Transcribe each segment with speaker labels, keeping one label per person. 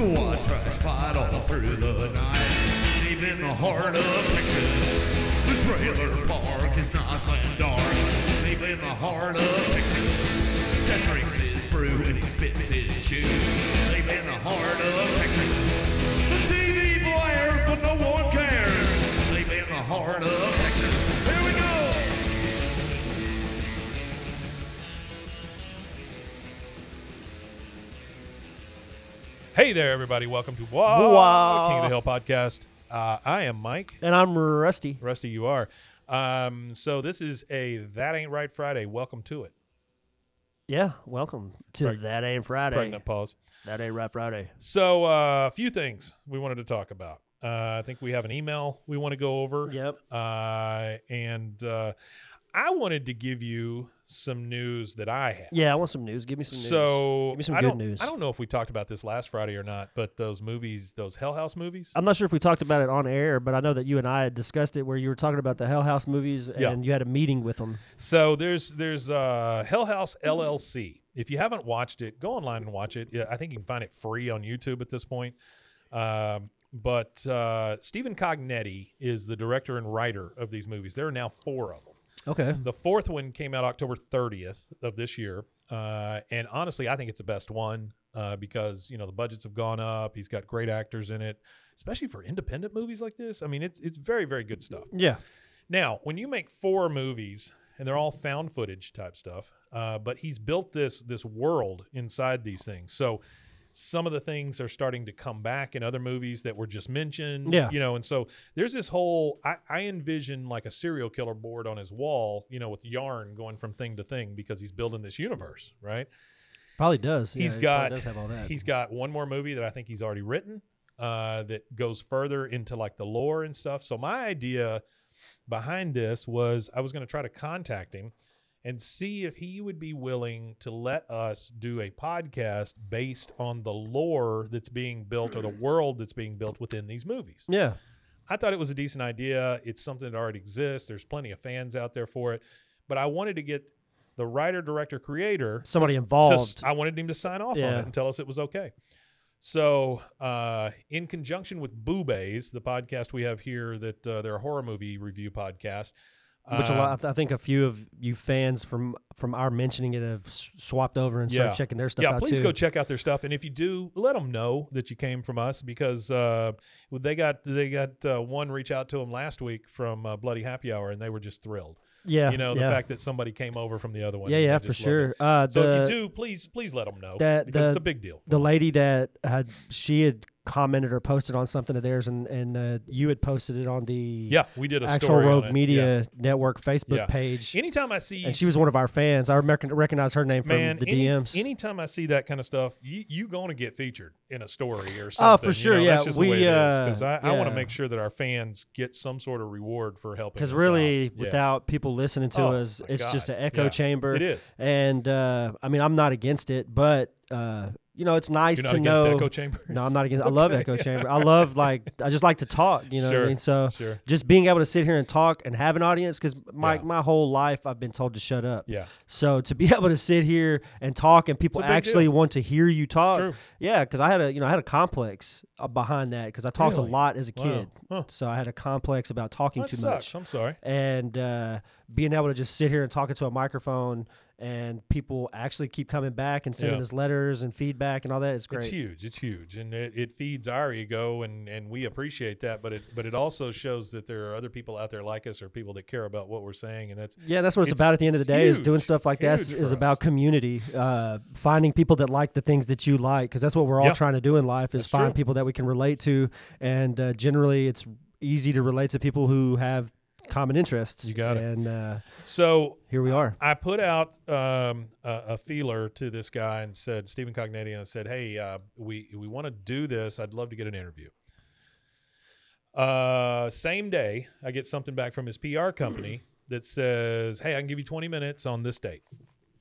Speaker 1: What trash fight all through the night, deep in the heart of Texas. The trailer park is nice and dark, deep in the heart of Texas. That drinks his brew and he spits his chew, deep in the heart of Texas. The TV blares, but no one cares, deep in the heart of Texas. Here we go.
Speaker 2: Hey there, everybody. Welcome to Wow,
Speaker 3: Wow.
Speaker 2: King of the Hill podcast. Uh, I am Mike.
Speaker 3: And I'm Rusty.
Speaker 2: Rusty, you are. Um, so this is a That Ain't Right Friday. Welcome to it.
Speaker 3: Yeah, welcome to
Speaker 2: Preg-
Speaker 3: That Ain't Friday.
Speaker 2: Pregnant pause.
Speaker 3: That Ain't Right Friday.
Speaker 2: So uh, a few things we wanted to talk about. Uh, I think we have an email we want to go over.
Speaker 3: Yep.
Speaker 2: Uh, and uh, I wanted to give you some news that I had.
Speaker 3: Yeah, I want some news. Give me some news.
Speaker 2: So
Speaker 3: give me some
Speaker 2: I
Speaker 3: good
Speaker 2: don't-
Speaker 3: news.
Speaker 2: I don't know if we talked about this last Friday or not, but those movies, those Hell House movies.
Speaker 3: I'm not sure if we talked about it on air, but I know that you and I had discussed it where you were talking about the Hell House movies and
Speaker 2: Yeah.
Speaker 3: you had a meeting with them.
Speaker 2: So there's there's uh, Hell House LLC. If you haven't watched it, go online and watch it. Yeah, I think you can find it free on YouTube at this point. Um, but uh, Stephen Cognetti is the director and writer of these movies. There are now four of them.
Speaker 3: Okay.
Speaker 2: The fourth one came out October 30th of this year, uh, and honestly, I think it's the best one uh, because you know the budgets have gone up. He's got great actors in it, especially for independent movies like this. I mean, it's it's very very good stuff.
Speaker 3: Yeah.
Speaker 2: Now, when you make four movies and they're all found footage type stuff, uh, but he's built this this world inside these things. So some of the things are starting to come back in other movies that were just mentioned.
Speaker 3: Yeah.
Speaker 2: You know, and so there's this whole I, I envision like a serial killer board on his wall, you know, with yarn going from thing to thing because he's building this universe, right?
Speaker 3: Probably does. Yeah,
Speaker 2: He's
Speaker 3: it probably
Speaker 2: got
Speaker 3: does have all that.
Speaker 2: He's got one more movie that I think he's already written uh, that goes further into like the lore and stuff. So my idea behind this was I was going to try to contact him and see if he would be willing to let us do a podcast based on the lore that's being built or the world that's being built within these movies.
Speaker 3: yeah.
Speaker 2: I thought it was a decent idea. It's something that already exists. There's plenty of fans out there for it, but I wanted to get the writer, director, creator,
Speaker 3: Somebody
Speaker 2: to s- to
Speaker 3: involved.
Speaker 2: s- I wanted him to sign off on
Speaker 3: Yeah.
Speaker 2: it and tell us it was okay. So, uh, in conjunction with Boo Bays, the podcast we have here, that uh, they're a horror movie review podcast,
Speaker 3: Which a
Speaker 2: um,
Speaker 3: lot, I think a few of you fans from from our mentioning it have s- swapped over and started
Speaker 2: Yeah.
Speaker 3: checking their stuff
Speaker 2: yeah,
Speaker 3: out
Speaker 2: please
Speaker 3: too.
Speaker 2: go check out their stuff, and if you do, let them know that you came from us because uh, they got they got uh, one reach out to them last week from uh, Bloody Happy Hour, and they were just thrilled.
Speaker 3: yeah,
Speaker 2: you know the
Speaker 3: yeah.
Speaker 2: fact that somebody came over from the other one
Speaker 3: Yeah,
Speaker 2: and they
Speaker 3: yeah,
Speaker 2: just
Speaker 3: for
Speaker 2: loved it.
Speaker 3: sure. Uh,
Speaker 2: so
Speaker 3: the,
Speaker 2: if you do please please let them know
Speaker 3: that-
Speaker 2: because it's
Speaker 3: the-
Speaker 2: a big deal
Speaker 3: the lady that had she had commented or posted on something of theirs, and and uh, you had posted it on the
Speaker 2: yeah we did a
Speaker 3: actual
Speaker 2: story on
Speaker 3: Rogue
Speaker 2: it.
Speaker 3: Media Network Facebook
Speaker 2: Yeah.
Speaker 3: page,
Speaker 2: Yeah. anytime i see
Speaker 3: and she was one of our fans. I rec- recognize her name from
Speaker 2: man
Speaker 3: the
Speaker 2: any-
Speaker 3: DMs.
Speaker 2: anytime i see that kind of stuff you you gonna get featured in a story or something
Speaker 3: Oh, for
Speaker 2: you
Speaker 3: sure,
Speaker 2: know,
Speaker 3: yeah,
Speaker 2: that's just the
Speaker 3: we,
Speaker 2: way it is,
Speaker 3: uh,
Speaker 2: 'cause i, I want to
Speaker 3: yeah.
Speaker 2: make sure that our fans get some sort of reward for helping
Speaker 3: because
Speaker 2: us
Speaker 3: really,
Speaker 2: out. Yeah.
Speaker 3: without people listening to
Speaker 2: Oh,
Speaker 3: us,
Speaker 2: my
Speaker 3: it's just
Speaker 2: God.
Speaker 3: an echo
Speaker 2: Yeah.
Speaker 3: chamber.
Speaker 2: it is
Speaker 3: And uh, I mean, I'm not against it, but uh, you know, it's nice
Speaker 2: You're not
Speaker 3: to
Speaker 2: against
Speaker 3: know.
Speaker 2: echo chambers.
Speaker 3: No, I'm not against. I love
Speaker 2: Okay.
Speaker 3: echo chamber. I love like I just like to talk. You know what
Speaker 2: Sure,
Speaker 3: I mean? So
Speaker 2: sure.
Speaker 3: just being able to sit here and talk and have an audience because my
Speaker 2: Yeah.
Speaker 3: my whole life I've been told to shut up.
Speaker 2: Yeah.
Speaker 3: So to be able to sit here and talk and people
Speaker 2: It's a big
Speaker 3: actually
Speaker 2: deal.
Speaker 3: want to hear you talk.
Speaker 2: true.
Speaker 3: Yeah, because I had a you know I had a complex uh, behind that because I talked
Speaker 2: Really?
Speaker 3: a lot as a
Speaker 2: Wow.
Speaker 3: kid.
Speaker 2: Huh.
Speaker 3: So I had a complex about talking
Speaker 2: That
Speaker 3: too
Speaker 2: sucks.
Speaker 3: much
Speaker 2: I'm sorry.
Speaker 3: and uh, being able to just sit here and talk into a microphone and people actually keep coming back and sending
Speaker 2: Yeah.
Speaker 3: us letters and feedback and all that is great.
Speaker 2: It's huge. It's huge, and it, it feeds our ego, and and we appreciate that. But it but it also shows that there are other people out there like us, or people that care about what we're saying, and that's
Speaker 3: Yeah, that's what it's,
Speaker 2: It's-
Speaker 3: about at the end of the
Speaker 2: it's
Speaker 3: day is doing
Speaker 2: huge,
Speaker 3: stuff like that is,
Speaker 2: huge
Speaker 3: is
Speaker 2: for
Speaker 3: about
Speaker 2: us.
Speaker 3: community, uh, finding people that like the things that you like because that's what we're all
Speaker 2: Yeah.
Speaker 3: trying to do in life is
Speaker 2: That's
Speaker 3: find
Speaker 2: true.
Speaker 3: people that we can relate to, and uh, generally it's easy to relate to people who have common interests.
Speaker 2: You got it.
Speaker 3: And uh,
Speaker 2: so.
Speaker 3: here we are.
Speaker 2: I put out um, a, a feeler to this guy and said Stephen Cognetti, and I said, "Hey, uh, we we want to do this. I'd love to get an interview." Uh, same day, I get something back from his PR company that says, "Hey, I can give you 20 minutes on this date."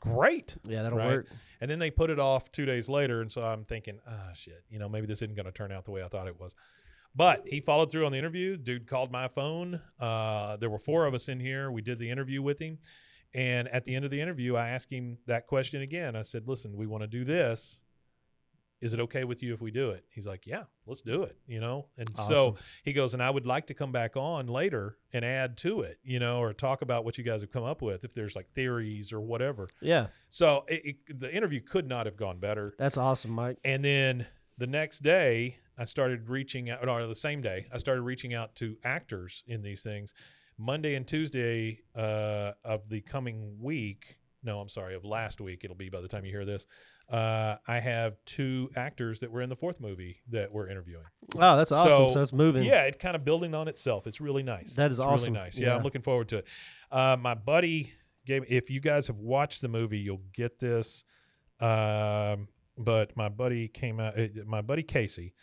Speaker 2: Great.
Speaker 3: Yeah, that'll
Speaker 2: right?
Speaker 3: work.
Speaker 2: And then they put it off two days later, and so I'm thinking, ah, shit, you know, maybe this isn't going to turn out the way I thought it was. But he followed through on the interview. Dude called my phone. Uh, there were four of us in here. We did the interview with him, and at the end of the interview, I asked him that question again. I said, "Listen, we want to do this. Is it okay with you if we do it?" He's like, "Yeah, let's do it." You know, and so
Speaker 3: Awesome.
Speaker 2: he goes, "And I would like to come back on later and add to it, you know, or talk about what you guys have come up with if there's like theories or whatever."
Speaker 3: Yeah,
Speaker 2: So it, it, the interview could not have gone better.
Speaker 3: that's awesome, Mike.
Speaker 2: And then the next day, I started reaching out, or the same day, I started reaching out to actors in these things. Monday and Tuesday uh, of the coming week, no, I'm sorry, of last week, it'll be by the time you hear this. Uh, I have two actors that were in the fourth movie that we're interviewing.
Speaker 3: Oh, that's awesome. So, it's moving.
Speaker 2: Yeah, it's kind of building on itself. It's really nice.
Speaker 3: That
Speaker 2: It's
Speaker 3: is awesome.
Speaker 2: Really nice. Yeah, I'm
Speaker 3: Yeah.
Speaker 2: looking forward to it. Uh, my buddy gave. If you guys have watched the movie, you'll get this. Um, but my buddy came out. it- my buddy Casey,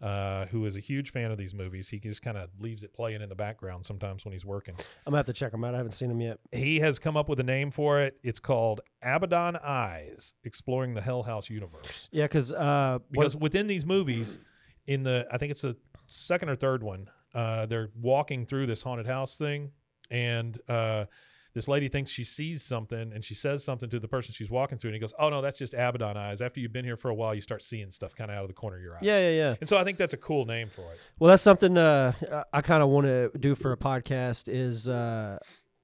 Speaker 2: uh, who is a huge fan of these movies, he just kind of leaves it playing in the background sometimes when he's working.
Speaker 3: I'm gonna have to check them out. I haven't seen them yet.
Speaker 2: He has come up with a name for it. It's called Abaddon Eyes: Exploring the Hell House Universe
Speaker 3: Yeah, because uh, what-
Speaker 2: because within these movies, in the I think it's the second or third one, uh, they're walking through this haunted house thing, and uh, this lady thinks she sees something, and she says something to the person she's walking through, and he goes, "Oh no, that's just Abaddon eyes." After you've been here for a while, you start seeing stuff kind of out of the corner of your eye.
Speaker 3: yeah, yeah, yeah.
Speaker 2: And so I think that's a cool name for it.
Speaker 3: Well, that's something uh, I- I kind of want to do for a podcast. Is uh,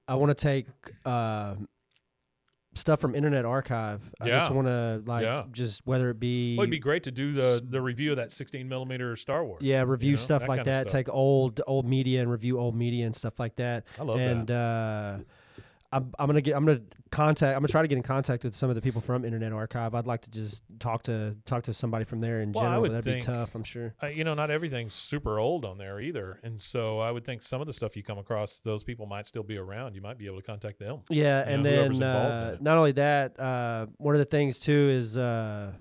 Speaker 3: I want to take uh, stuff from Internet Archive. I just
Speaker 2: Yeah.
Speaker 3: want to like
Speaker 2: Yeah.
Speaker 3: just whether it be,
Speaker 2: Well, it'd be great to do the the review of that 16 millimeter Star Wars.
Speaker 3: yeah, review
Speaker 2: know,
Speaker 3: stuff
Speaker 2: that
Speaker 3: like
Speaker 2: kinda
Speaker 3: that.
Speaker 2: stuff.
Speaker 3: Take old old media and review old media and stuff like that.
Speaker 2: I love
Speaker 3: and, uh, I'm, I'm gonna get. I'm gonna contact. I'm gonna try to get in contact with some of the people from Internet Archive. I'd like to just talk to talk to somebody from there in
Speaker 2: Well, I
Speaker 3: general.
Speaker 2: would
Speaker 3: That'd
Speaker 2: think-
Speaker 3: be tough. I'm sure.
Speaker 2: uh, you know, not everything's super old on there either, and so I would think some of the stuff you come across, those people might still be around. You might be able to contact them.
Speaker 3: Yeah,
Speaker 2: you
Speaker 3: and
Speaker 2: know, whoever's
Speaker 3: then
Speaker 2: involved in
Speaker 3: uh,
Speaker 2: it.
Speaker 3: not only that, uh, one of the things too is uh,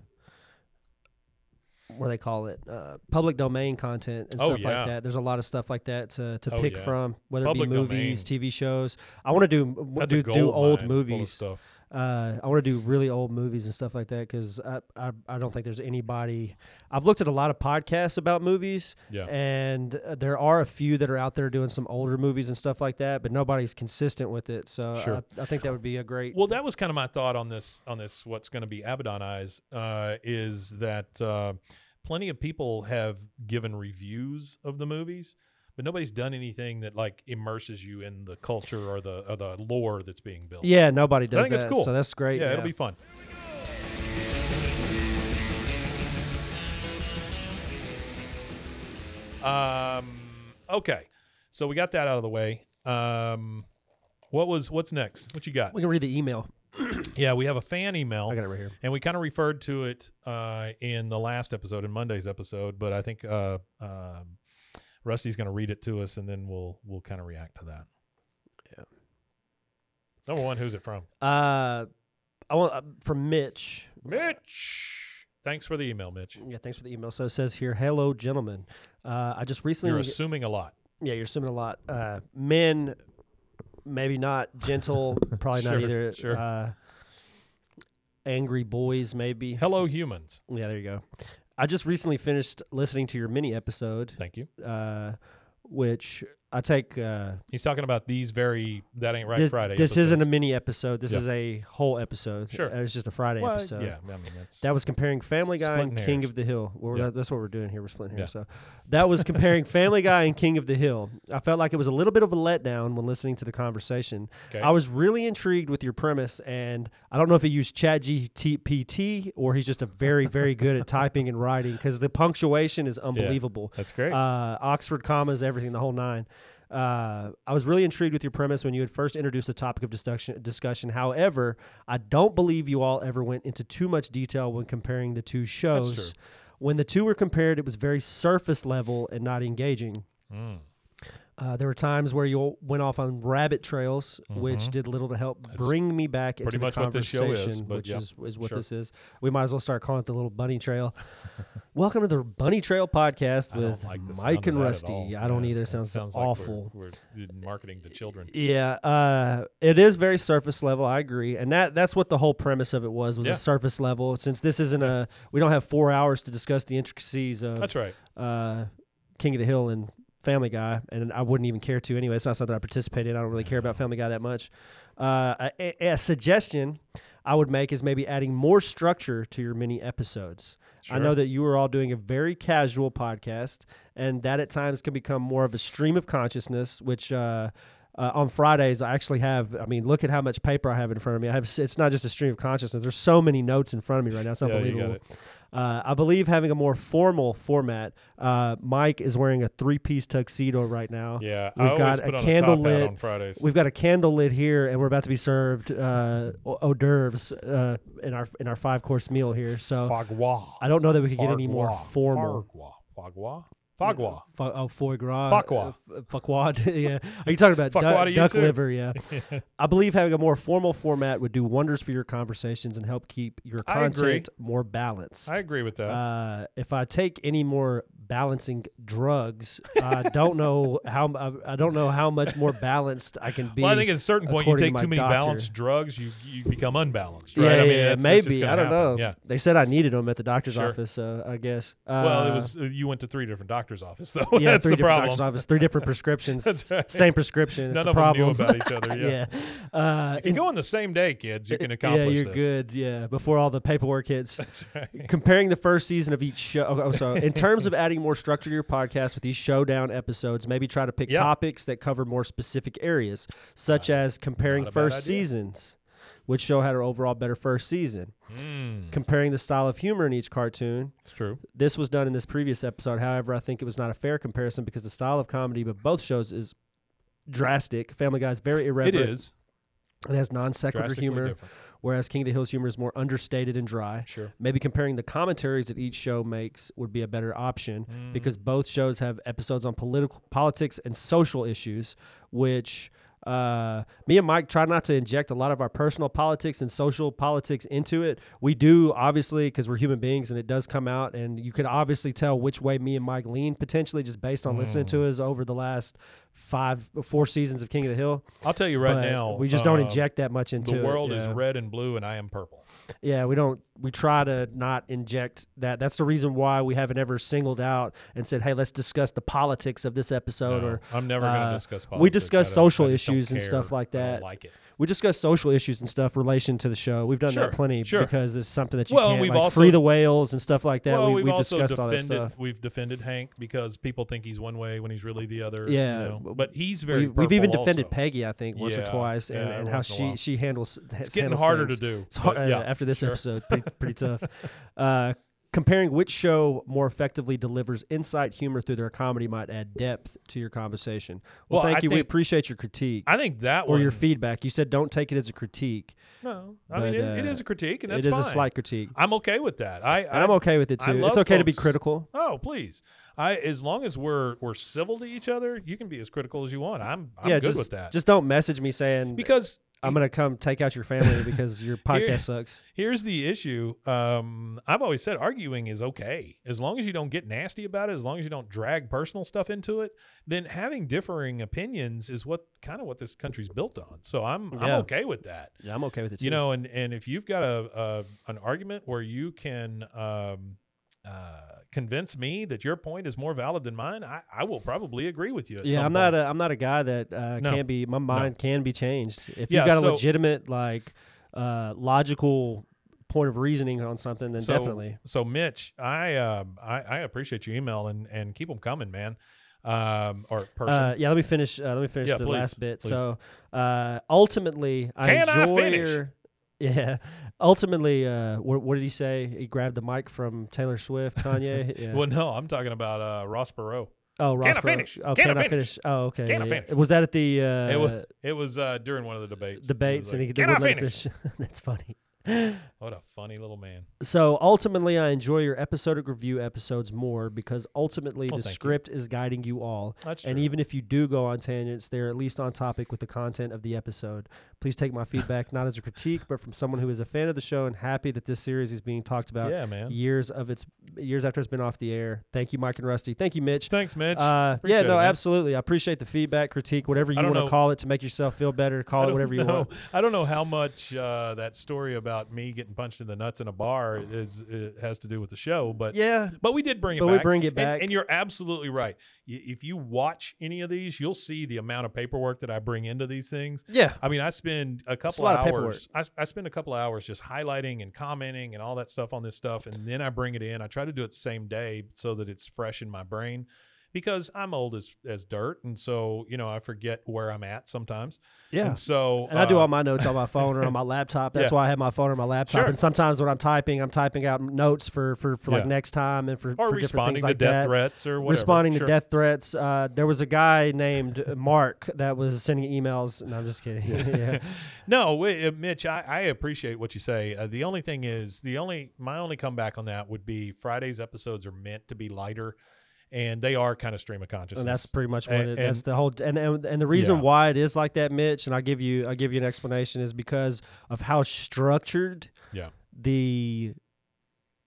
Speaker 3: what do they call it? Uh, public domain content and
Speaker 2: Oh,
Speaker 3: stuff
Speaker 2: yeah.
Speaker 3: like that. There's a lot of stuff like that to, to
Speaker 2: Oh,
Speaker 3: pick
Speaker 2: yeah.
Speaker 3: from, whether it
Speaker 2: Public
Speaker 3: be movies, TV shows. I want to do
Speaker 2: That's a
Speaker 3: do, do
Speaker 2: gold
Speaker 3: old
Speaker 2: mine full of
Speaker 3: movies.
Speaker 2: stuff.
Speaker 3: Uh, I want to do really old movies and stuff like that because I, I I don't think there's anybody. I've looked at a lot of podcasts about movies,
Speaker 2: Yeah.
Speaker 3: and uh, there are a few that are out there doing some older movies and stuff like that, but nobody's consistent with it. So
Speaker 2: Sure.
Speaker 3: I, I think that would be a great.
Speaker 2: Well, that was kind of my thought on this. On this, what's going to be Abaddon Eyes uh, is that uh, plenty of people have given reviews of the movies, but nobody's done anything that like immerses you in the culture or the or the lore that's being built.
Speaker 3: yeah, nobody
Speaker 2: So
Speaker 3: does
Speaker 2: I think
Speaker 3: that.
Speaker 2: it's cool.
Speaker 3: So that's great.
Speaker 2: Yeah, it'll be fun. Um. Okay, so we got that out of the way. Um, what was what's next? What you got?
Speaker 3: we can read the email.
Speaker 2: Yeah, we have a fan email.
Speaker 3: I got it right here.
Speaker 2: And we kind of referred to it uh, in the last episode, in Monday's episode, but I think uh, um, Rusty's going to read it to us, and then we'll we'll kind of react to that.
Speaker 3: Yeah.
Speaker 2: Number one, who's it from?
Speaker 3: Uh, I want uh, from Mitch.
Speaker 2: Mitch. Thanks for the email, Mitch.
Speaker 3: Yeah, thanks for the email. So it says here, "Hello, gentlemen. Uh, I just recently
Speaker 2: You're assuming a lot.
Speaker 3: yeah, you're assuming a lot. Uh, men, maybe not gentle, probably
Speaker 2: Sure,
Speaker 3: not either.
Speaker 2: sure.
Speaker 3: Uh, Angry Boys, maybe.
Speaker 2: Hello, humans.
Speaker 3: Yeah, there you go. I just recently finished listening to your mini episode,
Speaker 2: Thank you.
Speaker 3: uh, which I take. Uh,
Speaker 2: He's talking about these very that ain't right
Speaker 3: this
Speaker 2: Friday.
Speaker 3: this isn't a
Speaker 2: episodes.
Speaker 3: mini episode. This
Speaker 2: Yeah.
Speaker 3: is a whole episode.
Speaker 2: Sure.
Speaker 3: Uh, It's just a Friday
Speaker 2: Well,
Speaker 3: episode.
Speaker 2: Yeah, I mean that's
Speaker 3: That was comparing Family Guy and
Speaker 2: Splitting
Speaker 3: King
Speaker 2: hairs.
Speaker 3: of the Hill. Well,
Speaker 2: Yeah.
Speaker 3: that, that's what we're doing here. We're splitting hairs.
Speaker 2: Yeah.
Speaker 3: So that was comparing Family Guy and King of the Hill. I felt like it was a little bit of a letdown when listening to the conversation.
Speaker 2: okay.
Speaker 3: I was really intrigued with your premise, and I don't know if he used ChatGPT or he's just a very, very good at typing and writing because the punctuation is unbelievable.
Speaker 2: that's great.
Speaker 3: Uh, Oxford commas, everything, the whole nine. Uh, I was really intrigued with your premise when you had first introduced the topic of discussion. discussion. However, I don't believe you all ever went into too much detail when comparing the two shows. When the two were compared, it was very surface level and not engaging.
Speaker 2: Mm.
Speaker 3: Uh, there were times where you all went off on rabbit trails, which did little to help bring me back into the
Speaker 2: Mm-hmm. much what this show
Speaker 3: conversation,
Speaker 2: is, but
Speaker 3: which
Speaker 2: yeah,
Speaker 3: is, is what
Speaker 2: sure.
Speaker 3: this is. We might as well start calling it the little bunny trail. Welcome to the Bunny Trail podcast
Speaker 2: I don't
Speaker 3: with
Speaker 2: like the sound
Speaker 3: Mike
Speaker 2: of
Speaker 3: and
Speaker 2: that at
Speaker 3: Rusty.
Speaker 2: all.
Speaker 3: I don't
Speaker 2: Yeah,
Speaker 3: either.
Speaker 2: that
Speaker 3: Sounds,
Speaker 2: sounds like we're-
Speaker 3: awful.
Speaker 2: we're, marketing to children.
Speaker 3: yeah, uh, it is very surface level. I agree, and that that's what the whole premise of it was was
Speaker 2: Yeah.
Speaker 3: a surface level. Since this isn't a, we don't have four hours to discuss the intricacies of
Speaker 2: That's right.
Speaker 3: uh, King of the Hill and Family Guy, and I wouldn't even care to anyway. It's not something I participate in. I don't really care about Family Guy that much. Uh, a, a- a suggestion I would make is maybe adding more structure to your mini episodes. I know
Speaker 2: Sure.
Speaker 3: that you are all doing a very casual podcast, and that at times can become more of a stream of consciousness, which. Uh, uh, on Fridays, I actually have. I mean, look at how much paper I have in front of me. I have. s- It's not just a stream of consciousness. There's so many notes in front of me right now. It's
Speaker 2: Yeah, you got
Speaker 3: unbelievable.
Speaker 2: it.
Speaker 3: Uh, I believe having a more formal format. Uh, Mike is wearing a three-piece tuxedo right now.
Speaker 2: Yeah, I
Speaker 3: we've
Speaker 2: always
Speaker 3: got
Speaker 2: put
Speaker 3: a
Speaker 2: on a
Speaker 3: candle
Speaker 2: top hat
Speaker 3: lit
Speaker 2: on Fridays.
Speaker 3: We've got a candle lit here, and we're about to be served uh, o- hors d'oeuvres uh, in our in our five-course meal here. So
Speaker 2: Fagua.
Speaker 3: I don't know that we could get any more formal.
Speaker 2: Fagua. Fagua. Fagua.
Speaker 3: Fo- oh, foie gras.
Speaker 2: Foie gras.
Speaker 3: Uh, f- foie gras. yeah. Are you talking about
Speaker 2: Foie
Speaker 3: duck,
Speaker 2: gras to you
Speaker 3: duck
Speaker 2: too?
Speaker 3: liver? Yeah. I believe having a more formal format would do wonders for your conversations and help keep your
Speaker 2: I agree.
Speaker 3: content more balanced.
Speaker 2: I agree with that.
Speaker 3: Uh, if I take any more balancing drugs, I don't know how I, I don't know how much more balanced I can be.
Speaker 2: well, I think at a certain point you take
Speaker 3: according to my
Speaker 2: too many
Speaker 3: doctor.
Speaker 2: balanced drugs, you you become unbalanced,
Speaker 3: Yeah,
Speaker 2: right? I
Speaker 3: yeah,
Speaker 2: mean,
Speaker 3: yeah,
Speaker 2: that's- that's just
Speaker 3: maybe I
Speaker 2: gonna
Speaker 3: don't know.
Speaker 2: happen. Yeah.
Speaker 3: they said I needed them at the doctor's
Speaker 2: Sure.
Speaker 3: office, so I guess. Uh,
Speaker 2: Well, it was uh, you went to three different doctors' office though.
Speaker 3: yeah,
Speaker 2: that's
Speaker 3: three
Speaker 2: the
Speaker 3: different
Speaker 2: problem.
Speaker 3: doctor's office, three different prescriptions,
Speaker 2: That's right.
Speaker 3: same prescription. It's
Speaker 2: None
Speaker 3: a
Speaker 2: of
Speaker 3: problem.
Speaker 2: them knew about each other. Yeah.
Speaker 3: yeah, uh,
Speaker 2: If you go on the same day, kids, you can accomplish
Speaker 3: yeah, you're
Speaker 2: this.
Speaker 3: good. Yeah, before all the paperwork hits. Comparing the first season of each show. Oh, oh, so in terms of adding more structure to your podcast with these showdown episodes, maybe try to pick
Speaker 2: Yeah.
Speaker 3: topics that cover more specific areas, such as comparing
Speaker 2: not a bad
Speaker 3: first
Speaker 2: idea.
Speaker 3: seasons. Which show had an overall better first season?
Speaker 2: Mm,
Speaker 3: Comparing the style of humor in each cartoon.
Speaker 2: it's true.
Speaker 3: This was done in this previous episode. However, I think it was not a fair comparison because the style of comedy of both shows is drastic. Family Guy is very
Speaker 2: It
Speaker 3: irreverent.
Speaker 2: is
Speaker 3: It has non sequitur
Speaker 2: drastically
Speaker 3: humor
Speaker 2: different.
Speaker 3: whereas King of the Hill's humor is more understated and dry.
Speaker 2: Sure.
Speaker 3: Maybe comparing the commentaries that each show makes would be a better option
Speaker 2: Mm.
Speaker 3: because both shows have episodes on political politics and social issues, which uh, me and Mike try not to inject a lot of our personal politics and social politics into it. We do obviously because we're human beings, and it does come out, and you could obviously tell which way me and Mike lean potentially just based on listening
Speaker 2: Mm.
Speaker 3: to us over the last five, four seasons of King of the Hill.
Speaker 2: I'll tell you right
Speaker 3: But
Speaker 2: now,
Speaker 3: we just don't
Speaker 2: uh,
Speaker 3: inject that much into
Speaker 2: The
Speaker 3: it,
Speaker 2: world is
Speaker 3: yeah.
Speaker 2: red and blue, and I am purple.
Speaker 3: Yeah, we don't. We try to not inject that. That's the reason why we haven't ever singled out and said, "Hey, let's discuss the politics of this episode."
Speaker 2: No,
Speaker 3: or
Speaker 2: I'm never going to
Speaker 3: uh,
Speaker 2: discuss politics.
Speaker 3: We
Speaker 2: I
Speaker 3: discuss
Speaker 2: don't-
Speaker 3: social
Speaker 2: I just don't
Speaker 3: issues and
Speaker 2: care.
Speaker 3: stuff like
Speaker 2: I don't
Speaker 3: that.
Speaker 2: like it.
Speaker 3: We discuss social issues and stuff relation to the show. We've done
Speaker 2: Sure,
Speaker 3: that plenty
Speaker 2: sure.
Speaker 3: because it's something that you
Speaker 2: Well,
Speaker 3: can't
Speaker 2: we've
Speaker 3: like
Speaker 2: also-
Speaker 3: free the whales and stuff like that.
Speaker 2: well,
Speaker 3: we,
Speaker 2: we've,
Speaker 3: we've
Speaker 2: also
Speaker 3: discussed all that
Speaker 2: defended.
Speaker 3: stuff.
Speaker 2: We've defended Hank because people think he's one way when he's really the other. you
Speaker 3: Yeah,
Speaker 2: know.
Speaker 3: w-
Speaker 2: but he's very.
Speaker 3: We, we've even
Speaker 2: purple
Speaker 3: defended
Speaker 2: also.
Speaker 3: Peggy, I think, once or
Speaker 2: Yeah,
Speaker 3: twice, and,
Speaker 2: yeah,
Speaker 3: and how
Speaker 2: once in a
Speaker 3: she
Speaker 2: while.
Speaker 3: she handles. It's
Speaker 2: getting harder to do,
Speaker 3: It's hard,
Speaker 2: but
Speaker 3: uh,
Speaker 2: yeah,
Speaker 3: after this
Speaker 2: sure.
Speaker 3: episode, pretty, pretty tough. Uh, comparing which show more effectively delivers insight, humor through their comedy might add depth to your conversation. Well,
Speaker 2: Well,
Speaker 3: thank
Speaker 2: I
Speaker 3: you. We
Speaker 2: think-
Speaker 3: appreciate your critique
Speaker 2: I think that
Speaker 3: or
Speaker 2: one.
Speaker 3: your feedback. You said don't take it as a critique.
Speaker 2: No, I mean
Speaker 3: but,
Speaker 2: it, it
Speaker 3: uh,
Speaker 2: is a critique, and that's
Speaker 3: It is a
Speaker 2: fine.
Speaker 3: slight critique,
Speaker 2: I'm okay with that. I,
Speaker 3: and I'm
Speaker 2: I-
Speaker 3: okay with it
Speaker 2: I
Speaker 3: too. It's
Speaker 2: love
Speaker 3: okay to be
Speaker 2: folks-
Speaker 3: critical.
Speaker 2: Oh, please. I as long as we're we're civil to each other, you can be as critical as you want. I'm I'm
Speaker 3: yeah,
Speaker 2: good
Speaker 3: just
Speaker 2: with that.
Speaker 3: just don't message me saying
Speaker 2: because
Speaker 3: I'm gonna come take out your family because your podcast sucks.
Speaker 2: Here's the issue. Um, I've always said arguing is okay as long as you don't get nasty about it, as long as you don't drag personal stuff into it. Then having differing opinions is what kind of what this country's built on. So I'm I'm
Speaker 3: Yeah.
Speaker 2: okay with that.
Speaker 3: Yeah, I'm okay with it.
Speaker 2: You know, and and if you've got a, a an argument where you can um, uh, convince me that your point is more valid than mine, I, I will probably agree with you. at
Speaker 3: yeah,
Speaker 2: some
Speaker 3: I'm not
Speaker 2: point.
Speaker 3: a I'm not a guy that uh,
Speaker 2: No.
Speaker 3: can be. My mind can be changed if
Speaker 2: Yeah,
Speaker 3: you've got a
Speaker 2: so-
Speaker 3: legitimate like uh, logical point of reasoning on something. Then definitely,
Speaker 2: So, Mitch, I um, I, I appreciate your email and and keep them coming, man. Um, or person.
Speaker 3: Uh, yeah, let me finish. Uh, let me finish
Speaker 2: Yeah,
Speaker 3: the
Speaker 2: please,
Speaker 3: last bit.
Speaker 2: please.
Speaker 3: So uh, ultimately,
Speaker 2: Can
Speaker 3: I
Speaker 2: I
Speaker 3: enjoy.
Speaker 2: finish?
Speaker 3: your- yeah. Ultimately, uh, what, what did he say? He grabbed the mic from Taylor Swift, Kanye. Yeah.
Speaker 2: Well, no, I'm talking about uh, Ross Perot.
Speaker 3: oh, Ross
Speaker 2: I
Speaker 3: Perot.
Speaker 2: finish?
Speaker 3: Oh,
Speaker 2: Can I
Speaker 3: can I
Speaker 2: finish?
Speaker 3: finish? Oh, okay.
Speaker 2: Can I
Speaker 3: yeah, yeah.
Speaker 2: finish?
Speaker 3: Was that at the uh,
Speaker 2: it was it was uh, during one of the debates.
Speaker 3: debates?
Speaker 2: It was
Speaker 3: and he
Speaker 2: like, Can I
Speaker 3: wouldn't let him
Speaker 2: finish?
Speaker 3: finish? That's funny.
Speaker 2: What a funny little man.
Speaker 3: So ultimately, I enjoy your episodic review episodes more because ultimately
Speaker 2: Well, Oh,
Speaker 3: the
Speaker 2: thank you.
Speaker 3: script is guiding you all.
Speaker 2: That's
Speaker 3: And
Speaker 2: true.
Speaker 3: even if you do go on tangents, they're at least on topic with the content of the episode. Please take my feedback not as a critique, but from someone who is a fan of the show and happy that this series is being talked about.
Speaker 2: Yeah, man.
Speaker 3: Years of its years after it's been off the air. Thank you, Mike and Rusty. Thank you, Mitch.
Speaker 2: Thanks, Mitch.
Speaker 3: Uh,
Speaker 2: Appreciate
Speaker 3: yeah,
Speaker 2: it,
Speaker 3: no,
Speaker 2: man.
Speaker 3: absolutely. I appreciate the feedback, critique, whatever you
Speaker 2: don't
Speaker 3: want to
Speaker 2: know-
Speaker 3: call it to make yourself feel better.
Speaker 2: I
Speaker 3: Call it
Speaker 2: don't
Speaker 3: whatever you
Speaker 2: know-
Speaker 3: want.
Speaker 2: I don't know how much uh, that story about me getting punched in the nuts in a bar is it has to do with the show, but
Speaker 3: Yeah,
Speaker 2: But we did bring it
Speaker 3: But
Speaker 2: back.
Speaker 3: we bring it
Speaker 2: And-
Speaker 3: back.
Speaker 2: And, you're absolutely right. Y- If you watch any of these, you'll see the amount of paperwork that I bring into these things.
Speaker 3: yeah.
Speaker 2: I mean, I spend a couple
Speaker 3: lot of paperwork.
Speaker 2: hours. I, I spend a couple hours just highlighting and commenting and all that stuff on this stuff, and then I bring it in. I try to do it the same day so that it's fresh in my brain, because I'm old as as dirt, and so you know I forget where I'm at sometimes.
Speaker 3: Yeah.
Speaker 2: And so
Speaker 3: And I do
Speaker 2: uh,
Speaker 3: all my notes on my phone or on my laptop. That's
Speaker 2: Yeah.
Speaker 3: why I have my phone or my laptop.
Speaker 2: Sure.
Speaker 3: And sometimes when I'm typing, I'm typing out notes for for, for like
Speaker 2: Yeah.
Speaker 3: next time and for,
Speaker 2: or
Speaker 3: for different
Speaker 2: responding
Speaker 3: things
Speaker 2: to
Speaker 3: like
Speaker 2: death
Speaker 3: that.
Speaker 2: threats or whatever.
Speaker 3: Responding to
Speaker 2: Sure.
Speaker 3: death threats. Uh, there was a guy named Mark that was sending emails. No, I'm just kidding. yeah.
Speaker 2: No, wi- uh, Mitch, I, I appreciate what you say. Uh, the only thing is, the only my only comeback on that would be Friday's episodes are meant to be lighter, and they are kind of stream of consciousness.
Speaker 3: And that's pretty much what
Speaker 2: And-
Speaker 3: it, that's
Speaker 2: and-
Speaker 3: the whole and, and and the reason
Speaker 2: Yeah.
Speaker 3: why it is like that, Mitch. And I give you I give you an explanation is because of how structured
Speaker 2: yeah.
Speaker 3: the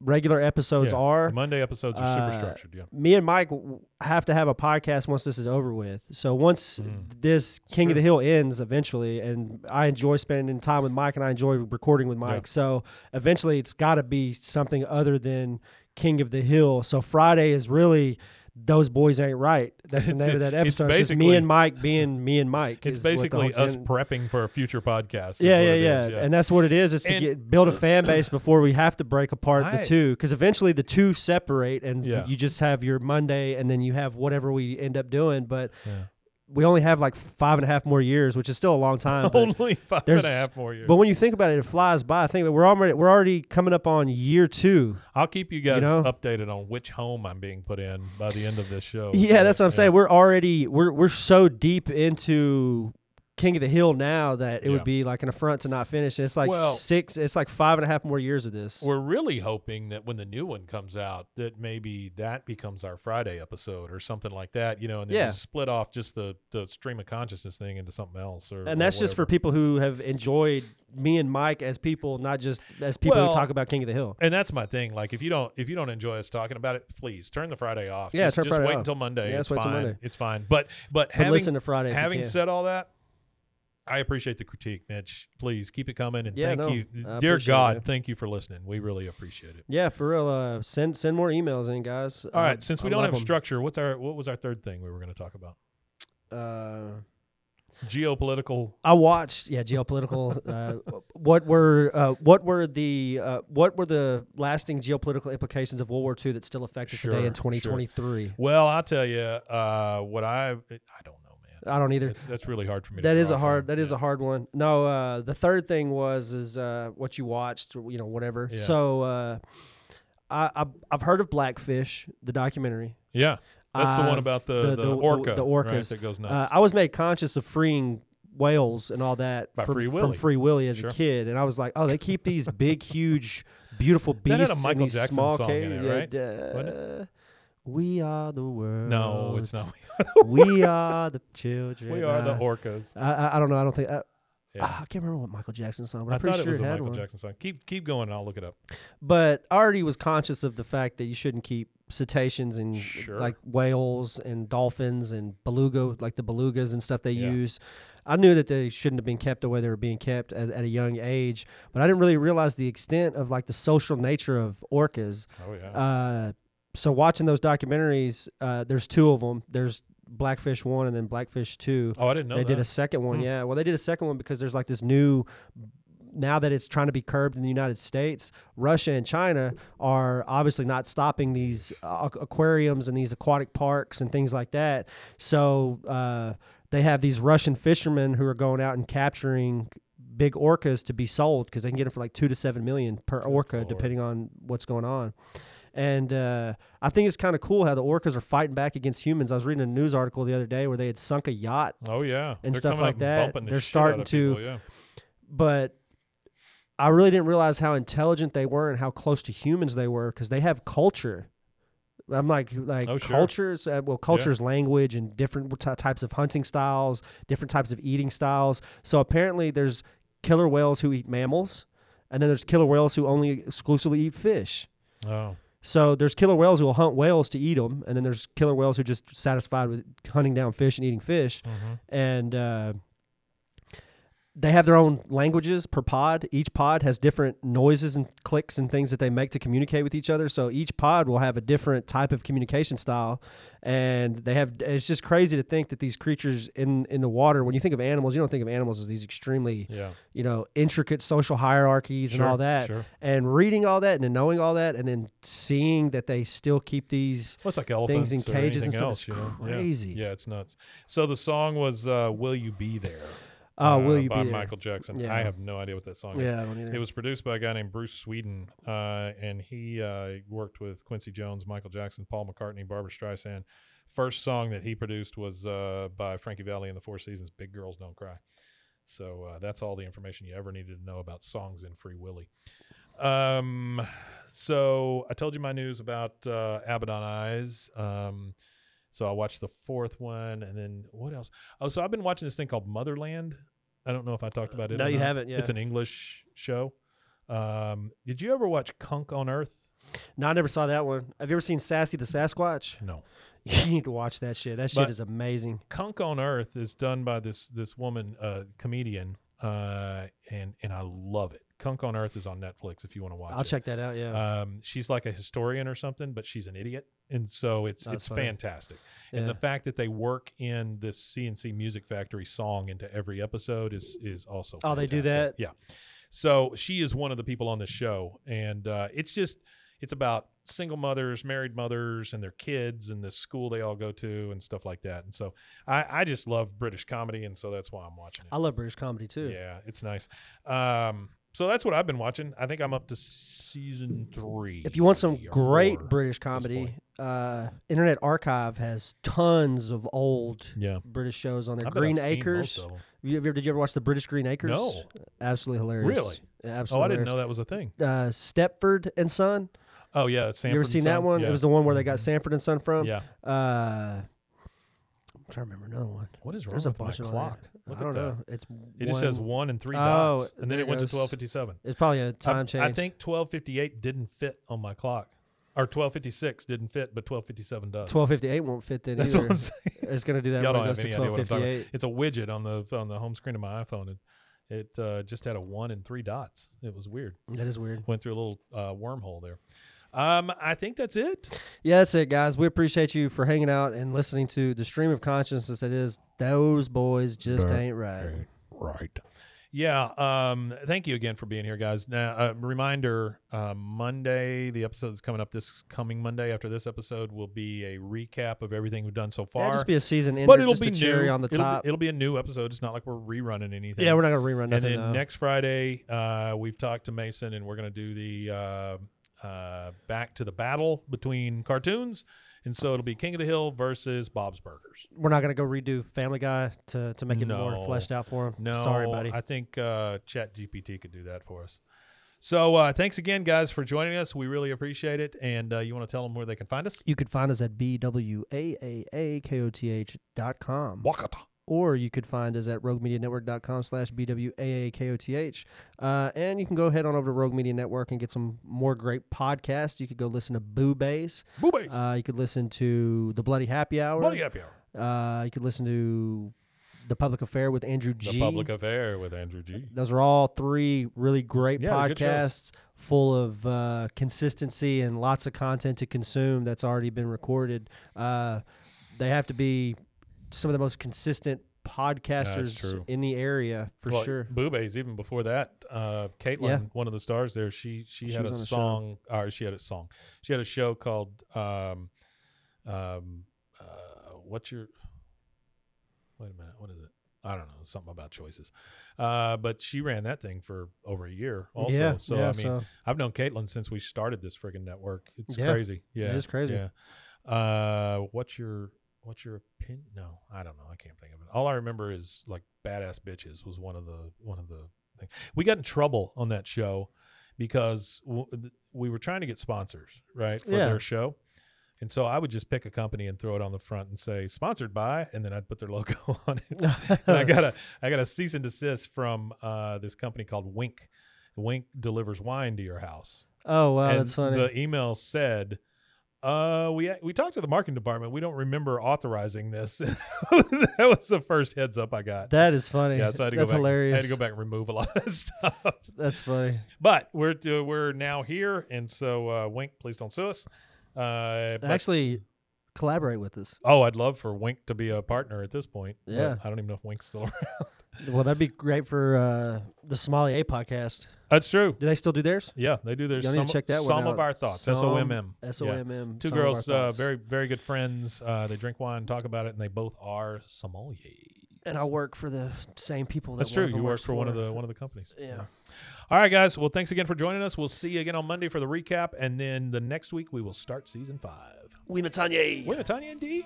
Speaker 3: regular episodes
Speaker 2: yeah.
Speaker 3: are.
Speaker 2: The Monday episodes are
Speaker 3: uh,
Speaker 2: super structured. Yeah,
Speaker 3: me and Mike w- have to have a podcast once this is over with. So once
Speaker 2: Mm.
Speaker 3: this King of the Hill ends eventually, and I enjoy spending time with Mike and I enjoy recording with Mike. So eventually it's got to be something other than King of the Hill. So Friday is really those boys ain't right. That's the
Speaker 2: It's-
Speaker 3: name of that
Speaker 2: it's
Speaker 3: episode. It's, just me
Speaker 2: basically-
Speaker 3: and Mike being me and Mike.
Speaker 2: it's
Speaker 3: is what the
Speaker 2: basically
Speaker 3: whole
Speaker 2: us
Speaker 3: gen-
Speaker 2: prepping for a future podcast. is
Speaker 3: yeah,
Speaker 2: what
Speaker 3: yeah,
Speaker 2: it
Speaker 3: yeah,
Speaker 2: is,
Speaker 3: and that's what it is: is to
Speaker 2: And-
Speaker 3: get build a fan base before we have to break apart
Speaker 2: I-
Speaker 3: the two, because eventually the two separate, and
Speaker 2: Yeah.
Speaker 3: you just have your Monday, and then you have whatever we end up doing. But
Speaker 2: Yeah.
Speaker 3: we only have like five and a half more years, which is still a long time. but
Speaker 2: only five and a half
Speaker 3: there's-
Speaker 2: more years.
Speaker 3: But when you think about it, it flies by. I think that we're already we're already coming up on year two.
Speaker 2: I'll keep you guys
Speaker 3: know?
Speaker 2: updated on which home I'm being put in by the end of this show.
Speaker 3: Yeah, that's what
Speaker 2: Oh, Yeah.
Speaker 3: I'm saying. We're already we're we're so deep into King of the Hill now that it
Speaker 2: Yeah.
Speaker 3: would be like an affront to not finish. It's like
Speaker 2: Well-
Speaker 3: six. It's like five and a half more years of this.
Speaker 2: We're really hoping that when the new one comes out, that maybe that becomes our Friday episode or something like that, you know, and then
Speaker 3: Yeah.
Speaker 2: just split off just the the stream of consciousness thing into something else. Or
Speaker 3: and that's just for people who have enjoyed me and Mike as people, not just as people
Speaker 2: Well-
Speaker 3: who talk about King of the Hill.
Speaker 2: And that's my thing. Like if you don't if you don't enjoy us talking about it, please turn the Friday off.
Speaker 3: Yeah,
Speaker 2: just,
Speaker 3: turn
Speaker 2: just
Speaker 3: Friday
Speaker 2: wait
Speaker 3: off.
Speaker 2: until Monday.
Speaker 3: Yeah,
Speaker 2: it's
Speaker 3: let's wait
Speaker 2: fine.
Speaker 3: till Monday.
Speaker 2: It's fine. But but having,
Speaker 3: listen to Friday if you
Speaker 2: Having
Speaker 3: can.
Speaker 2: said all that. I appreciate the critique, Mitch. Please keep it coming, and
Speaker 3: Yeah,
Speaker 2: thank
Speaker 3: no,
Speaker 2: you,
Speaker 3: I
Speaker 2: dear
Speaker 3: appreciate it,
Speaker 2: God,
Speaker 3: man.
Speaker 2: thank you for listening. We really appreciate it.
Speaker 3: Yeah, for real. Uh, send send more emails in, guys. Uh,
Speaker 2: All right, since we don't have
Speaker 3: structure,
Speaker 2: structure, what's our what was our third thing we were going to talk about?
Speaker 3: uh,
Speaker 2: geopolitical.
Speaker 3: I watched yeah geopolitical. uh, what were uh, what were the uh, what were the lasting geopolitical implications of World War II that still affect us
Speaker 2: Sure,
Speaker 3: today
Speaker 2: sure.
Speaker 3: in 2023?
Speaker 2: Well, I'll tell you uh, what I I don't know, man.
Speaker 3: I don't either.
Speaker 2: It's, that's really hard for me.
Speaker 3: Uh, That
Speaker 2: to
Speaker 3: is
Speaker 2: draw
Speaker 3: a hard.
Speaker 2: from.
Speaker 3: That is
Speaker 2: Yeah.
Speaker 3: a hard one. No, uh, the third thing was is uh, what you watched. You know, whatever.
Speaker 2: Yeah.
Speaker 3: So uh, I, I've I've heard of Blackfish, the documentary.
Speaker 2: Yeah, that's the one
Speaker 3: Uh,
Speaker 2: about the the, orca,
Speaker 3: the
Speaker 2: right,
Speaker 3: orcas
Speaker 2: that goes nuts.
Speaker 3: Uh, I was made conscious of freeing whales and all that
Speaker 2: By
Speaker 3: from
Speaker 2: Free
Speaker 3: from
Speaker 2: Willy.
Speaker 3: Free Willy as
Speaker 2: Sure.
Speaker 3: a kid, and I was like, oh, they keep these big, huge, beautiful
Speaker 2: That
Speaker 3: beasts
Speaker 2: had a
Speaker 3: in
Speaker 2: Michael
Speaker 3: these
Speaker 2: Jackson
Speaker 3: small
Speaker 2: song in
Speaker 3: caves.
Speaker 2: it,
Speaker 3: Yeah,
Speaker 2: Wasn't
Speaker 3: uh, we are the world.
Speaker 2: no, it's not.
Speaker 3: we are the children.
Speaker 2: we are the
Speaker 3: Uh,
Speaker 2: orcas.
Speaker 3: I, I, I don't know. I don't think. I,
Speaker 2: Yeah.
Speaker 3: Ah, I can't remember what Michael Jackson song, but
Speaker 2: I
Speaker 3: I'm pretty
Speaker 2: thought it
Speaker 3: sure
Speaker 2: was
Speaker 3: it
Speaker 2: a
Speaker 3: had
Speaker 2: Michael
Speaker 3: one.
Speaker 2: Jackson song. Keep keep going. and I'll look it up.
Speaker 3: But I already was conscious of the fact that you shouldn't keep cetaceans and
Speaker 2: Sure.
Speaker 3: like whales and dolphins and beluga, like the belugas and stuff they
Speaker 2: Yeah.
Speaker 3: use. I knew that they shouldn't have been kept the way they were being kept at, at a young age, but I didn't really realize the extent of like the social nature of orcas.
Speaker 2: Oh yeah.
Speaker 3: Uh, so watching those documentaries, uh, there's two of them. There's Blackfish One and then Blackfish Two
Speaker 2: oh, I didn't know
Speaker 3: they
Speaker 2: that.
Speaker 3: did a second one,
Speaker 2: Hmm.
Speaker 3: yeah. Well, they did a second one because there's like this new. Now that it's trying to be curbed in the United States, Russia and China are obviously not stopping these uh, aqu- aquariums and these aquatic parks and things like that. So uh, they have these Russian fishermen who are going out and capturing big orcas to be sold because they can get them for like two to seven million per orca,
Speaker 2: Lord.
Speaker 3: depending on what's going on. And uh, I think it's kind of cool how the orcas are fighting back against humans. I was reading a news article the other day where they had sunk a yacht
Speaker 2: oh yeah.
Speaker 3: and
Speaker 2: They're
Speaker 3: stuff
Speaker 2: coming
Speaker 3: like
Speaker 2: up and
Speaker 3: that.
Speaker 2: bumping the
Speaker 3: They're
Speaker 2: shit out
Speaker 3: starting
Speaker 2: of people,
Speaker 3: to-
Speaker 2: Yeah.
Speaker 3: but I really didn't realize how intelligent they were and how close to humans they were because they have culture. I'm like like
Speaker 2: Oh, sure.
Speaker 3: cultures. Uh, well, cultures, language, and different ty- types of hunting styles, different types of eating styles. So apparently, there's killer whales who eat mammals, and then there's killer whales who only exclusively eat fish.
Speaker 2: Oh.
Speaker 3: So there's killer whales who will hunt whales to eat them, and then there's killer whales who just satisfied with hunting down fish and eating fish
Speaker 2: mhm.
Speaker 3: and uh, they have their own languages per pod. Each pod has different noises and clicks and things that they make to communicate with each other. So each pod will have a different type of communication style, and they have. It's just crazy to think that these creatures in in the water. When you think of animals, you don't think of animals as these extremely
Speaker 2: Yeah.
Speaker 3: you know intricate social hierarchies and
Speaker 2: Sure,
Speaker 3: all that.
Speaker 2: sure.
Speaker 3: And reading all that and then knowing all that and then seeing that they still keep these.
Speaker 2: Well, it's like elephants
Speaker 3: in
Speaker 2: or
Speaker 3: cages and
Speaker 2: anything
Speaker 3: stuff.
Speaker 2: Else,
Speaker 3: It's
Speaker 2: you know? Yeah.
Speaker 3: crazy.
Speaker 2: Yeah. it's nuts. So the song was uh, "Will You Be There."
Speaker 3: Oh,
Speaker 2: uh,
Speaker 3: will you
Speaker 2: by
Speaker 3: be there?
Speaker 2: Michael Jackson.
Speaker 3: Yeah.
Speaker 2: I have no idea what that song is.
Speaker 3: Yeah, I don't either.
Speaker 2: It was produced by a guy named Bruce Sweden, uh, and he uh, worked with Quincy Jones, Michael Jackson, Paul McCartney, Barbara Streisand. First song that he produced was uh, by Frankie Valli and the Four Seasons, "Big Girls Don't Cry." So uh, that's all the information you ever needed to know about songs in Free Willy. Um, so I told you my news about uh, Abaddon Eyes. Um, so I watched the fourth one, and then what else? Oh, so I've been watching this thing called Motherland. I don't know if I talked about it.
Speaker 3: No,
Speaker 2: or
Speaker 3: you
Speaker 2: not.
Speaker 3: haven't, yeah.
Speaker 2: it's an English show. Um, did you ever watch Kunk on Earth?
Speaker 3: No, I never saw that one. Have you ever seen Sassy the Sasquatch?
Speaker 2: No.
Speaker 3: You need to watch that shit. That shit
Speaker 2: But-
Speaker 3: is amazing.
Speaker 2: Kunk on Earth is done by this this woman uh, comedian, uh, and and I love it. Kunk on Earth is on Netflix if you want to watch.
Speaker 3: I'll
Speaker 2: it.
Speaker 3: check that out. Yeah.
Speaker 2: Um, she's like a historian or something, but she's an idiot, and so it's
Speaker 3: That's
Speaker 2: it's
Speaker 3: funny.
Speaker 2: fantastic. And
Speaker 3: Yeah.
Speaker 2: the fact that they work in this CNC Music Factory song into every episode is is also
Speaker 3: Oh, they do
Speaker 2: fantastic. yeah. So she is one of the people on the show, and uh, it's just it's about single mothers, married mothers, and their kids, and the school they all go to, and stuff like that. And so I I just love British comedy, and so that's why I'm watching it.
Speaker 3: I love British comedy too.
Speaker 2: Yeah, it's nice. Um, so that's what I've been watching. I think I'm up to season three.
Speaker 3: If you want some
Speaker 2: or
Speaker 3: great
Speaker 2: four.
Speaker 3: British comedy, uh, Internet Archive has tons of old
Speaker 2: yeah,
Speaker 3: British shows on there.
Speaker 2: I bet
Speaker 3: Green
Speaker 2: I've seen
Speaker 3: Acres.
Speaker 2: most of 'em.
Speaker 3: You ever, did you ever watch the British Green Acres?
Speaker 2: No.
Speaker 3: Absolutely hilarious.
Speaker 2: Really?
Speaker 3: Yeah, Absolutely.
Speaker 2: Oh, I didn't
Speaker 3: hilarious.
Speaker 2: know that was a thing.
Speaker 3: Uh, Stepford and Son.
Speaker 2: Oh yeah, Sanford
Speaker 3: you ever
Speaker 2: and
Speaker 3: seen that
Speaker 2: Son?
Speaker 3: one?
Speaker 2: Yeah. Mm-hmm.
Speaker 3: It was the one where they got Sanford and Son from.
Speaker 2: yeah.
Speaker 3: Uh, I'm trying to remember another one.
Speaker 2: What is wrong
Speaker 3: There's a
Speaker 2: with
Speaker 3: bunch
Speaker 2: my
Speaker 3: of
Speaker 2: clock? Look
Speaker 3: I don't
Speaker 2: at that.
Speaker 3: know. It's
Speaker 2: It just says one and three
Speaker 3: Oh,
Speaker 2: dots, and then
Speaker 3: there
Speaker 2: it went to
Speaker 3: goes.
Speaker 2: 1257.
Speaker 3: It's probably a time
Speaker 2: I,
Speaker 3: change.
Speaker 2: I think 1258 didn't fit on my clock, or 1256 didn't fit, but 1257 does.
Speaker 3: twelve fifty eight won't fit then
Speaker 2: That's
Speaker 3: either.
Speaker 2: what I'm saying.
Speaker 3: It's gonna do that
Speaker 2: Y'all
Speaker 3: when
Speaker 2: don't
Speaker 3: it goes
Speaker 2: have
Speaker 3: to
Speaker 2: any idea
Speaker 3: twelve
Speaker 2: what I'm
Speaker 3: fifty
Speaker 2: talking about.
Speaker 3: eight.
Speaker 2: It's a widget on the on the home screen of my iPhone, and it uh, just had a one and three dots. It was weird.
Speaker 3: That is weird.
Speaker 2: Went through a little uh, wormhole there. Um, I think that's it.
Speaker 3: Yeah, that's it, guys. We appreciate you for hanging out and listening to the stream of consciousness that is those boys just ain't right.
Speaker 2: Right. Yeah. Um, thank you again for being here, guys. Now, a reminder: uh, Monday, the episode that's coming up this coming Monday after this episode will be a recap of everything we've done so far.
Speaker 3: That'd just be a season ender,
Speaker 2: but it'll
Speaker 3: just
Speaker 2: be
Speaker 3: a cherry
Speaker 2: new.
Speaker 3: on the
Speaker 2: It'll be-
Speaker 3: top.
Speaker 2: It'll, be a new episode. It's not like we're rerunning anything.
Speaker 3: yeah, we're not gonna rerun nothing.
Speaker 2: and then
Speaker 3: no.
Speaker 2: next Friday, uh, we've talked to Mason, and we're going to do the uh, uh, back to the battle between cartoons, and so it'll be King of the Hill versus Bob's Burgers.
Speaker 3: we're not gonna go redo Family Guy to, to make it
Speaker 2: No.
Speaker 3: more fleshed out for him.
Speaker 2: No,
Speaker 3: sorry, buddy.
Speaker 2: I think uh, Chat GPT could do that for us. So uh, thanks again, guys, for joining us. We really appreciate it. And uh, you want to tell them where they can find us?
Speaker 3: you can find us at bwaakoth dot com.
Speaker 2: Wakata.
Speaker 3: or you could find us at roguemedianetwork.com slash B-W-A-A-K-O-T-H. Uh, and you can go head on over to Rogue Media Network and get some more great podcasts. You could go listen to Boo Bass.
Speaker 2: Boo Bass.
Speaker 3: Uh, you could listen to The Bloody Happy Hour.
Speaker 2: Bloody happy hour.
Speaker 3: Uh, you could listen to The Public Affair with Andrew G.
Speaker 2: The public affair with Andrew G.
Speaker 3: Those are all three really great
Speaker 2: Yeah, good shows.
Speaker 3: podcasts full of uh, consistency and lots of content to consume that's already been recorded. Uh, they have to be some of the most consistent podcasters
Speaker 2: true.
Speaker 3: in the area for
Speaker 2: Well,
Speaker 3: sure.
Speaker 2: Boobays, even before that, uh, Caitlin,
Speaker 3: Yeah.
Speaker 2: one of the stars there, she she,
Speaker 3: She
Speaker 2: had a
Speaker 3: was on a show.
Speaker 2: song, or she had a song, she had a show called um, um, uh, what's your? Wait a minute, what is it? I don't know, something about choices. Uh, but she ran that thing for over a year, also.
Speaker 3: yeah,
Speaker 2: so
Speaker 3: yeah,
Speaker 2: I mean, I've known Caitlin since we started this friggin' network. It's
Speaker 3: Yeah.
Speaker 2: crazy. Yeah,
Speaker 3: is crazy.
Speaker 2: Yeah. Uh, what's your what's your opinion? No, I don't know. I can't think of it. All I remember is like badass bitches was one of the one of the things. We got in trouble on that show because w- th- we were trying to get sponsors right for
Speaker 3: Yeah.
Speaker 2: their show. And so I would just pick a company and throw it on the front and say sponsored by, and then I'd put their logo on it. And I got a I got a cease and desist from uh, this company called Wink. Wink delivers wine to your house.
Speaker 3: oh wow,
Speaker 2: and
Speaker 3: that's funny.
Speaker 2: The email said, uh, "We we talked to the marketing department. We don't remember authorizing this." that was the first heads up I got.
Speaker 3: that is funny.
Speaker 2: yeah, so I had to
Speaker 3: that's
Speaker 2: go back.
Speaker 3: hilarious.
Speaker 2: I had to go back and remove a lot of that stuff.
Speaker 3: That's funny.
Speaker 2: But we're to, we're now here, and so uh, Wink, please don't sue us. Uh, but-
Speaker 3: Actually, collaborate with us.
Speaker 2: oh, I'd love for Wink to be a partner at this point. but
Speaker 3: Yeah.
Speaker 2: I don't even know if Wink's still around.
Speaker 3: Well, that'd be great for uh, the Somali A podcast.
Speaker 2: That's true.
Speaker 3: Do they still do theirs?
Speaker 2: Yeah, they do. There's
Speaker 3: Y'all need
Speaker 2: some,
Speaker 3: to check that one
Speaker 2: some
Speaker 3: out.
Speaker 2: of our thoughts. S
Speaker 3: Some-
Speaker 2: O M M. Yeah.
Speaker 3: S O M M.
Speaker 2: Two
Speaker 3: Some of Our
Speaker 2: girls, uh,
Speaker 3: Thoughts.
Speaker 2: very very good friends. Uh, they drink wine, talk about it, and they both are sommeliers.
Speaker 3: And I work for the same people. That
Speaker 2: That's true.
Speaker 3: one of them
Speaker 2: You work
Speaker 3: works
Speaker 2: for one of the one of the companies.
Speaker 3: Yeah.
Speaker 2: All right, guys. Well, thanks again for joining us. We'll see you again on Monday for the recap, and then the next week we will start season five.
Speaker 3: We Matanye.
Speaker 2: We're Tanya indeed.